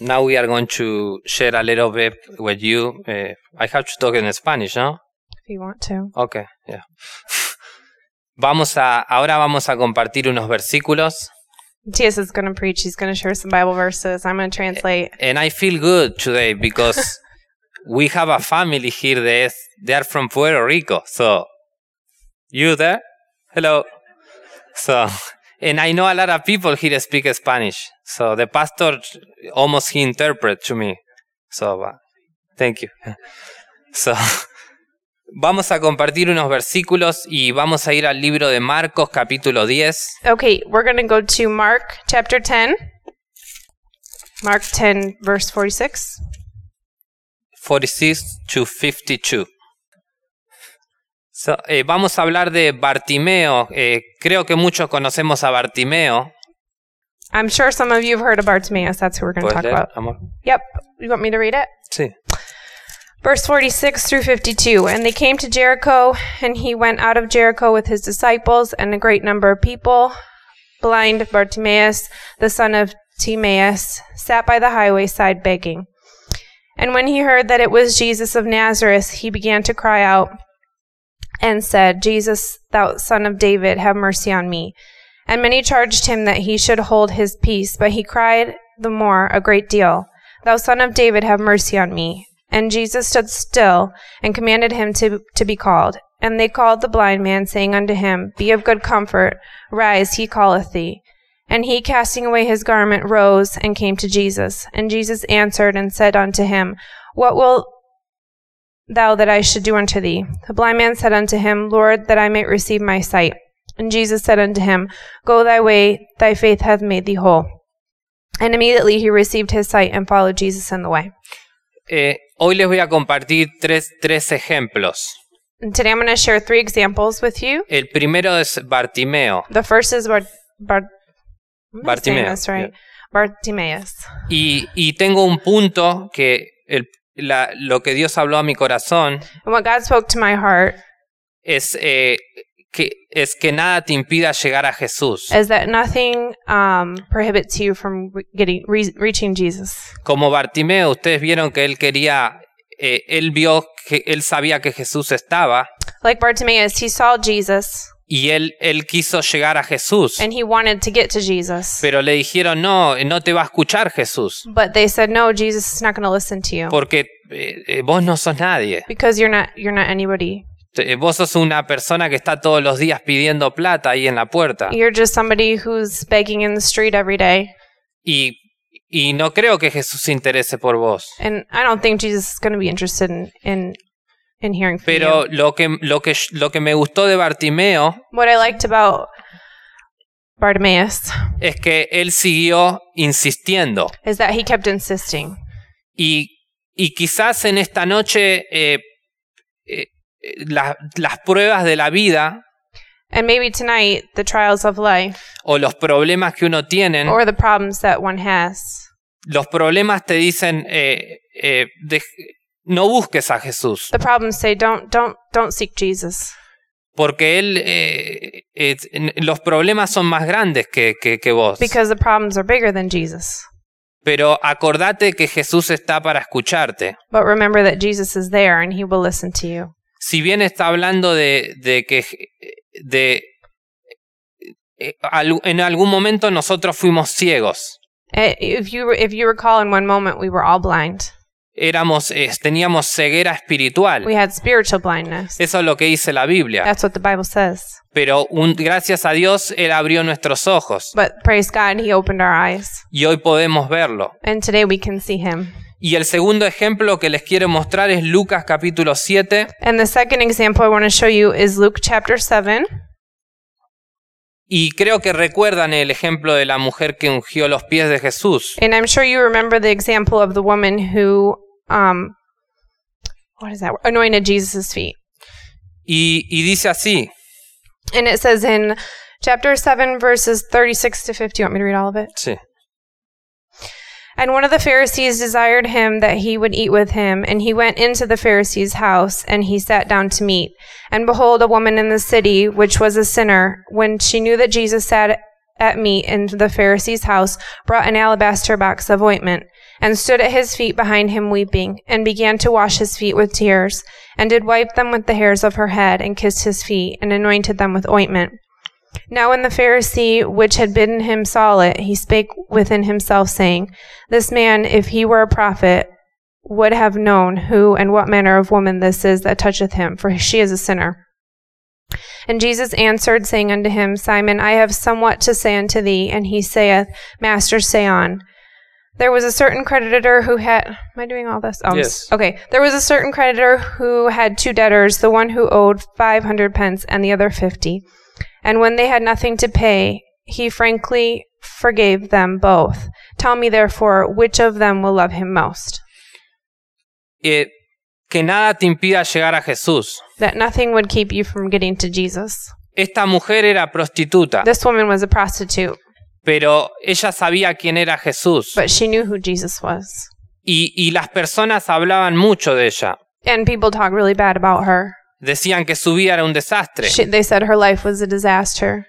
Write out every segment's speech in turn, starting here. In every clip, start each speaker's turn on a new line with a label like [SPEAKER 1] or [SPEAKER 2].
[SPEAKER 1] Now we are going to share a little bit with you. Eh, I have to talk in Spanish, ¿no?
[SPEAKER 2] if you want to.
[SPEAKER 1] Okay, yeah. Vamos a, ahora vamos a compartir unos versículos.
[SPEAKER 2] TS is going to preach. He's going to share some Bible verses. I'm going to translate.
[SPEAKER 1] And I feel good today because we have a family here. They, they are from Puerto Rico. So, you there? Hello. So, and I know a lot of people here speak Spanish. So the pastor almost he interpret to me. So, uh, thank you. So, vamos a compartir unos versículos y vamos a ir al libro de Marcos capítulo 10.
[SPEAKER 2] Okay, we're going to go to Mark chapter 10. Mark 10, verse 46.
[SPEAKER 1] 46 to 52. So, eh, vamos a hablar de Bartimeo. Eh, creo que muchos conocemos a Bartimeo.
[SPEAKER 2] I'm sure some of you have heard of Bartimaeus. That's who we're going to
[SPEAKER 1] ¿Puedes
[SPEAKER 2] talk
[SPEAKER 1] leer,
[SPEAKER 2] about.
[SPEAKER 1] amor?
[SPEAKER 2] Yep. You want me to read it?
[SPEAKER 1] Sí.
[SPEAKER 2] Verse 46 through 52. And they came to Jericho, and he went out of Jericho with his disciples and a great number of people. Blind Bartimaeus, the son of Timaeus, sat by the highway side begging. And when he heard that it was Jesus of Nazareth, he began to cry out and said, Jesus, thou son of David, have mercy on me. And many charged him that he should hold his peace, but he cried the more a great deal, Thou son of David, have mercy on me. And Jesus stood still and commanded him to, to be called. And they called the blind man, saying unto him, Be of good comfort, rise, he calleth thee. And he, casting away his garment, rose and came to Jesus. And Jesus answered and said unto him, What will thou that I should do unto thee? The blind man said unto him, Lord, that I may receive my sight. And Jesus said unto him, Go thy way, thy faith hath made thee whole. And immediately he received his sight and followed Jesus in the way.
[SPEAKER 1] Eh, hoy les voy a compartir tres, tres ejemplos.
[SPEAKER 2] And today I'm going to share three examples with you.
[SPEAKER 1] El primero es Bartimeo.
[SPEAKER 2] The first is Bart, Bart, I'm not saying
[SPEAKER 1] Bartimaeus,
[SPEAKER 2] this right. Bartimaeus.
[SPEAKER 1] Y, y tengo un punto que el- la- lo que Dios habló a mi corazón
[SPEAKER 2] And what God spoke to my heart
[SPEAKER 1] es, eh, que, es que nada te impida llegar a Jesús.
[SPEAKER 2] is that nothing um, prohibits you from re- getting re- reaching Jesus.
[SPEAKER 1] Como Bartimeo, ustedes vieron que él quería, eh, él vio que él sabía que Jesús estaba
[SPEAKER 2] Like Bartimaeus, he saw Jesus
[SPEAKER 1] y él, él quiso llegar a Jesús,
[SPEAKER 2] and he wanted to get to Jesus.
[SPEAKER 1] pero le dijeron, no, no te va a escuchar Jesús,
[SPEAKER 2] But they said, "No, Jesus is not going to listen to you
[SPEAKER 1] porque eh, eh, vos no sos nadie,
[SPEAKER 2] because you're not you're not anybody.
[SPEAKER 1] Eh, vos sos una persona que está todos los días pidiendo plata ahí en la puerta
[SPEAKER 2] You're just somebody who's begging in the street every day,
[SPEAKER 1] y, y no creo que Jesús se interese por vos.
[SPEAKER 2] and I don't think Jesus is going to be interested in in, in hearing from you."
[SPEAKER 1] Pero lo que, lo, que, lo que me gustó de Bartimeo
[SPEAKER 2] What I liked about Bartimaeus
[SPEAKER 1] es que él siguió insistiendo.
[SPEAKER 2] is that he kept insisting.
[SPEAKER 1] Y, y quizás en esta noche eh, eh, eh, la- las pruebas de la vida
[SPEAKER 2] And maybe tonight, the trials of life
[SPEAKER 1] o los problemas que uno tiene,
[SPEAKER 2] or the problems that one has,
[SPEAKER 1] los problemas te dicen, eh, eh, dej- no busques a Jesús,
[SPEAKER 2] the problems say, "Don't, don't, don't seek Jesus,"
[SPEAKER 1] porque él, eh, eh, n- los problemas son más grandes que, que- que vos.
[SPEAKER 2] because the problems are bigger than Jesus.
[SPEAKER 1] Pero acordate que Jesús está para escucharte.
[SPEAKER 2] But remember that Jesus is there, and He will listen to you.
[SPEAKER 1] Si bien está hablando de, de que de, eh, al- en algún momento nosotros fuimos ciegos.
[SPEAKER 2] Eh, If you if you recall, in one moment we were all blind.
[SPEAKER 1] éramos, eh, teníamos ceguera espiritual.
[SPEAKER 2] We had spiritual blindness.
[SPEAKER 1] Eso es lo que dice la Biblia.
[SPEAKER 2] That's what the Bible says.
[SPEAKER 1] Pero un- gracias a Dios Él abrió nuestros ojos
[SPEAKER 2] But praise God, He opened our eyes,
[SPEAKER 1] y hoy podemos verlo.
[SPEAKER 2] and today we can see Him.
[SPEAKER 1] Y el segundo ejemplo que les quiero mostrar es Lucas capítulo 7
[SPEAKER 2] And the second example I want to show you is Luke chapter seven.
[SPEAKER 1] y creo que recuerdan el ejemplo de la mujer que ungió los pies de Jesús.
[SPEAKER 2] And I'm sure you remember the example of the woman who, um, what is that? word? Anointed Jesus' feet.
[SPEAKER 1] Y, y dice así,
[SPEAKER 2] And it says in chapter 7, verses 36 to 50. You want me to read all of it?
[SPEAKER 1] sí.
[SPEAKER 2] And one of the Pharisees desired him that he would eat with him. And he went into the Pharisee's house, and he sat down to meat. And behold, a woman in the city, which was a sinner, when she knew that Jesus sat at meat in the Pharisee's house, brought an alabaster box of ointment. and stood at his feet behind him weeping, and began to wash his feet with tears, and did wipe them with the hairs of her head, and kissed his feet, and anointed them with ointment. Now when the Pharisee which had bidden him saw it, he spake within himself, saying, This man, if he were a prophet, would have known who and what manner of woman this is that toucheth him, for she is a sinner. And Jesus answered, saying unto him, Simon, I have somewhat to say unto thee. And he saith, Master, say on. There was a certain creditor who had. Am I doing all this? Oh,
[SPEAKER 1] Yes.
[SPEAKER 2] Okay. There was a certain creditor who had two debtors, the one who owed 500 pence and the other 50. And when they had nothing to pay, he frankly forgave them both. Tell me, therefore, which of them will love him most?
[SPEAKER 1] Eh, que nada te impida llegar a Jesús.
[SPEAKER 2] That nothing would keep you from getting to Jesus.
[SPEAKER 1] Esta mujer era prostituta,
[SPEAKER 2] This woman was a prostitute,
[SPEAKER 1] pero ella sabía quién era Jesús.
[SPEAKER 2] but she knew who Jesus was.
[SPEAKER 1] Y, y las personas hablaban mucho de ella.
[SPEAKER 2] And people talk really bad about her.
[SPEAKER 1] Decían que su vida era un desastre.
[SPEAKER 2] She, they said her life was a disaster.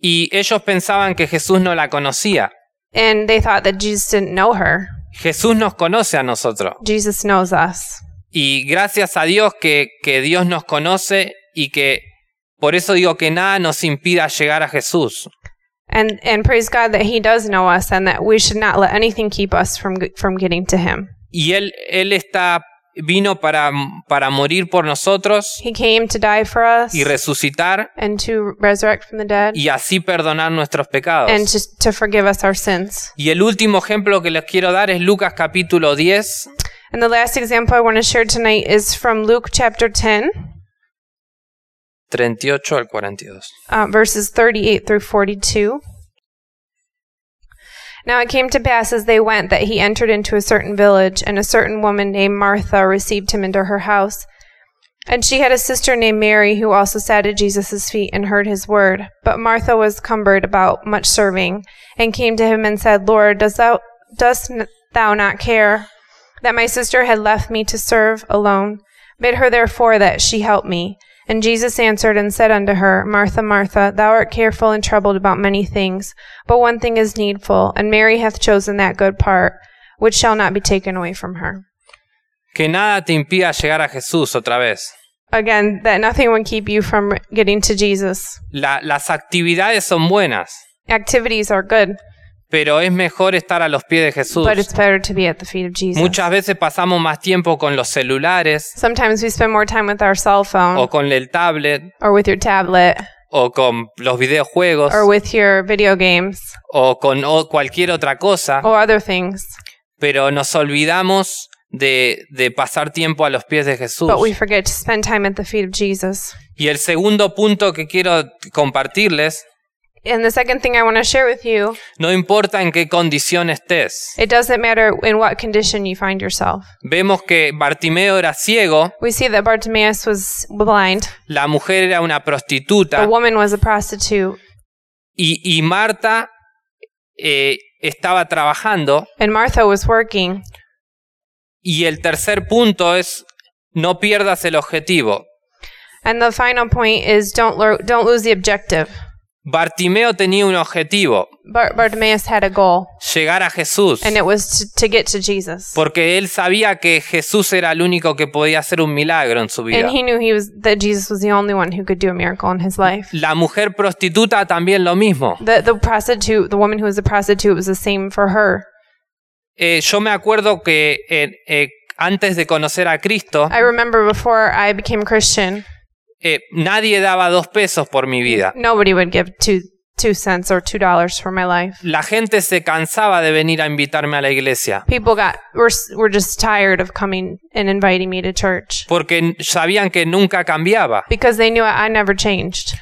[SPEAKER 1] Y ellos pensaban que Jesús no la conocía.
[SPEAKER 2] And they thought that Jesus didn't know her.
[SPEAKER 1] Jesús nos conoce a nosotros.
[SPEAKER 2] Jesus knows us.
[SPEAKER 1] Y gracias a Dios que, que Dios nos conoce y que por eso digo que nada nos impida llegar a Jesús.
[SPEAKER 2] And, and praise God that he does know us and that we should not let anything keep us from, g- from getting to him.
[SPEAKER 1] Y Él, él está, vino para, para morir por nosotros
[SPEAKER 2] He came to die for us
[SPEAKER 1] y resucitar
[SPEAKER 2] and to resurrect from the dead
[SPEAKER 1] y así perdonar nuestros
[SPEAKER 2] and
[SPEAKER 1] pecados.
[SPEAKER 2] to, to forgive us our sins.
[SPEAKER 1] Y el último ejemplo que les quiero dar es Lucas capítulo 10,
[SPEAKER 2] And the last example I want to share tonight is from Luke chapter 10,
[SPEAKER 1] 38 al 42.
[SPEAKER 2] uh, verses 38 through 42. Now it came to pass as they went that he entered into a certain village, and a certain woman named Martha received him into her house. And she had a sister named Mary who also sat at Jesus' feet and heard his word. But Martha was cumbered about much serving, and came to him and said, Lord, dost thou, dost n- thou not care that my sister had left me to serve alone? Bid her therefore that she help me. And Jesus answered and said unto her, Martha, Martha, thou art careful and troubled about many things, but one thing is needful, and Mary hath chosen that good part, which shall not be taken away from her.
[SPEAKER 1] Que nada te impida llegar a Jesús otra vez.
[SPEAKER 2] Again, that nothing would keep you from getting to Jesus.
[SPEAKER 1] La- las actividades son buenas,
[SPEAKER 2] Activities are good,
[SPEAKER 1] pero es mejor estar a los pies de Jesús.
[SPEAKER 2] but it's better to be at the feet of Jesus.
[SPEAKER 1] Muchas veces pasamos más tiempo con los celulares
[SPEAKER 2] Sometimes we spend more time with our cell phone
[SPEAKER 1] o con el tablet
[SPEAKER 2] or with your tablet
[SPEAKER 1] o con los videojuegos
[SPEAKER 2] or with your video games
[SPEAKER 1] o con o- cualquier otra cosa,
[SPEAKER 2] or other things,
[SPEAKER 1] pero nos olvidamos de, de pasar tiempo a los pies de Jesús.
[SPEAKER 2] but we forget to spend time at the feet of Jesus.
[SPEAKER 1] Y el segundo punto que quiero compartirles,
[SPEAKER 2] And the second thing I want to share with you,
[SPEAKER 1] no importa en qué condición estés.
[SPEAKER 2] it doesn't matter in what condition you find yourself.
[SPEAKER 1] Vemos que Bartimeo era ciego,
[SPEAKER 2] We see that Bartimaeus was blind,
[SPEAKER 1] la mujer era una
[SPEAKER 2] the
[SPEAKER 1] prostituta
[SPEAKER 2] woman was a prostitute,
[SPEAKER 1] y, y Marta eh, estaba trabajando
[SPEAKER 2] and Martha was working.
[SPEAKER 1] Y el tercer punto es no pierdas el objetivo.
[SPEAKER 2] And the final point is don't lo- don't lose the objective.
[SPEAKER 1] Bartimeo tenía un objetivo,
[SPEAKER 2] Bar- Bartimaeus had a goal,
[SPEAKER 1] llegar a Jesús,
[SPEAKER 2] and it was to, to get to Jesus.
[SPEAKER 1] porque él sabía que Jesús era el único que podía hacer un milagro en su vida.
[SPEAKER 2] And he knew he was that Jesus was the only one who could do a miracle in his life.
[SPEAKER 1] La mujer prostituta también lo mismo.
[SPEAKER 2] The the prostitute, the woman who was a prostitute, was the same for her.
[SPEAKER 1] Eh, yo me acuerdo que eh, eh, antes de conocer a Cristo,
[SPEAKER 2] I remember before I became Christian,
[SPEAKER 1] eh, nadie daba dos pesos por mi vida.
[SPEAKER 2] nobody would give two two cents or two dollars for my life.
[SPEAKER 1] La gente se cansaba de venir a invitarme a la iglesia,
[SPEAKER 2] People got were s- were just tired of coming and inviting me to church
[SPEAKER 1] porque n- sabían que nunca cambiaba.
[SPEAKER 2] because they knew I, I never changed.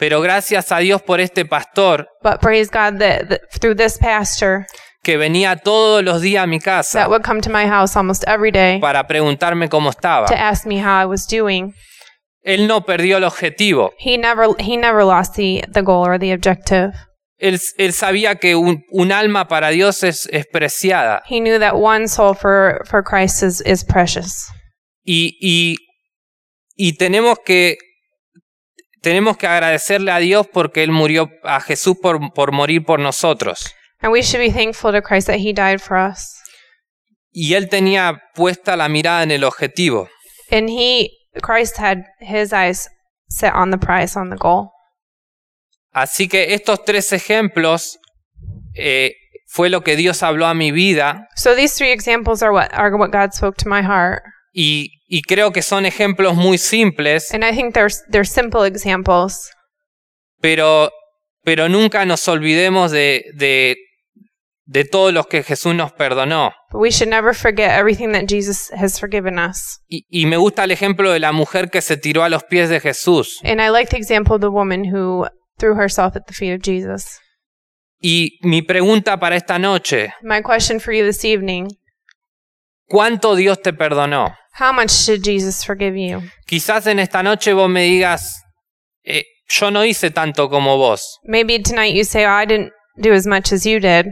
[SPEAKER 1] Pero gracias a Dios por este pastor
[SPEAKER 2] But praise God that, that through this pastor
[SPEAKER 1] que venía todos los días a mi
[SPEAKER 2] that
[SPEAKER 1] casa
[SPEAKER 2] would come to my house almost every day
[SPEAKER 1] para preguntarme cómo
[SPEAKER 2] to
[SPEAKER 1] estaba.
[SPEAKER 2] ask me how I was doing.
[SPEAKER 1] Él no perdió el objetivo.
[SPEAKER 2] He never he never lost the the goal or the objective.
[SPEAKER 1] Él, él sabía que un, un alma para Dios es, es preciada.
[SPEAKER 2] He knew that one soul for for Christ is is precious.
[SPEAKER 1] Y, y, y tenemos que tenemos que agradecerle a Dios porque Él murió a Jesús por, por morir por nosotros.
[SPEAKER 2] And we should be thankful to Christ that he died for us.
[SPEAKER 1] y él tenía puesta la mirada en el objetivo.
[SPEAKER 2] And he, Christ had his eyes set on the prize, on the goal.
[SPEAKER 1] Así que estos tres ejemplos eh, fue lo que Dios habló a mi vida
[SPEAKER 2] So these three examples are what are what God spoke to my heart,
[SPEAKER 1] y, y creo que son ejemplos muy simples,
[SPEAKER 2] and I think they're they're simple examples.
[SPEAKER 1] pero, pero nunca nos olvidemos de, de, de todos los que Jesús nos perdonó.
[SPEAKER 2] But we should never forget everything that Jesus has forgiven us.
[SPEAKER 1] Y, y me gusta el ejemplo de la mujer que se tiró a los pies de Jesús.
[SPEAKER 2] And I like the example of the woman who threw herself at the feet of Jesus.
[SPEAKER 1] Y mi pregunta para esta noche,
[SPEAKER 2] My question for you this evening:
[SPEAKER 1] ¿cuánto Dios te perdonó?
[SPEAKER 2] How much did Jesus forgive you?
[SPEAKER 1] Quizás en esta noche vos me digas, eh, yo no hice tanto como vos,
[SPEAKER 2] Maybe tonight you say, oh, "I didn't do as much as you did,"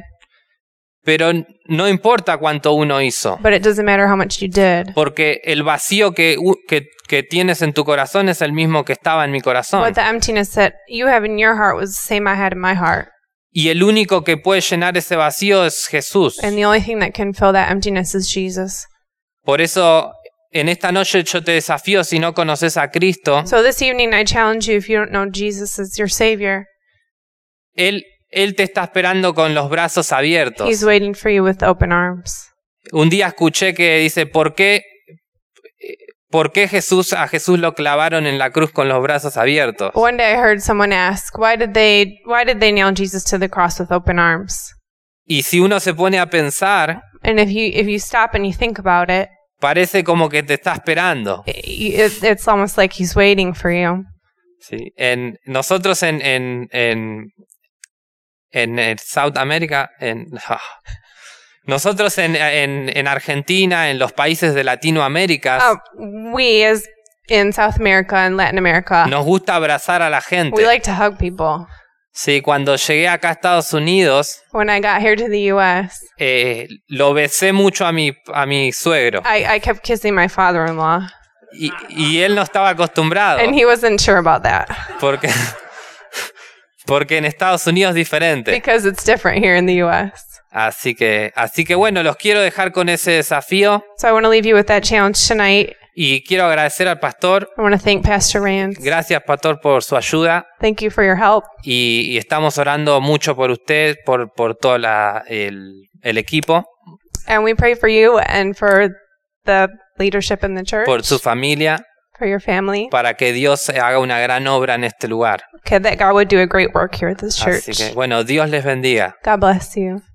[SPEAKER 1] pero n- no importa cuánto uno hizo,
[SPEAKER 2] but it doesn't matter how much you did.
[SPEAKER 1] porque el vacío que, u- que- que tienes en tu corazón es el mismo que estaba en mi corazón.
[SPEAKER 2] But the emptiness that you have in your heart was the same I had in my heart,
[SPEAKER 1] Y el único que puede llenar ese vacío es Jesús.
[SPEAKER 2] and the only thing that can fill that emptiness is Jesus.
[SPEAKER 1] Por eso, en esta noche yo te desafío, si no conoces a Cristo,
[SPEAKER 2] So this evening, I challenge you if you don't know Jesus as your Savior,
[SPEAKER 1] Él, él te está esperando con los brazos abiertos.
[SPEAKER 2] He's waiting for you with open arms.
[SPEAKER 1] Un día escuché que dice, ¿por qué, por qué Jesús, a Jesús lo clavaron en la cruz con los brazos abiertos?
[SPEAKER 2] One day, I heard someone ask, "Why did they Why did they nail Jesus to the cross with open arms?"
[SPEAKER 1] Y si uno se pone a pensar,
[SPEAKER 2] And if you if you stop and you think about it,
[SPEAKER 1] parece como que te está esperando.
[SPEAKER 2] it it's almost like He's waiting for you.
[SPEAKER 1] ¿sí? En, nosotros en, en, en, en, eh, South America, en, nosotros en, en, en Argentina, en los países de Latinoamérica,
[SPEAKER 2] Uh, we as in South America and Latin America,
[SPEAKER 1] nos gusta abrazar a la gente.
[SPEAKER 2] we like to hug people.
[SPEAKER 1] Sí, cuando llegué acá a Estados Unidos,
[SPEAKER 2] When I got here to the U.S.,
[SPEAKER 1] eh, lo besé mucho a mi, a mi suegro
[SPEAKER 2] I, I kept kissing my father-in-law,
[SPEAKER 1] y, y él no estaba acostumbrado
[SPEAKER 2] and he wasn't sure about that
[SPEAKER 1] porque, porque en Estados Unidos es diferente.
[SPEAKER 2] because it's different here in the U.S.
[SPEAKER 1] Así que, así que bueno, los quiero dejar con ese desafío
[SPEAKER 2] So I want to leave you with that challenge tonight.
[SPEAKER 1] y quiero agradecer al pastor.
[SPEAKER 2] I want to thank Pastor Rand.
[SPEAKER 1] Gracias, pastor, por su ayuda
[SPEAKER 2] Thank you for your help.
[SPEAKER 1] y, y estamos orando mucho por usted, por, por todo la- el, el equipo,
[SPEAKER 2] And we pray for you and for the leadership in the church,
[SPEAKER 1] por su familia,
[SPEAKER 2] for your family.
[SPEAKER 1] para que Dios haga una gran obra en este lugar.
[SPEAKER 2] Okay, that God would do a great work here at this church.
[SPEAKER 1] Así que, bueno, Dios les bendiga.
[SPEAKER 2] God bless you.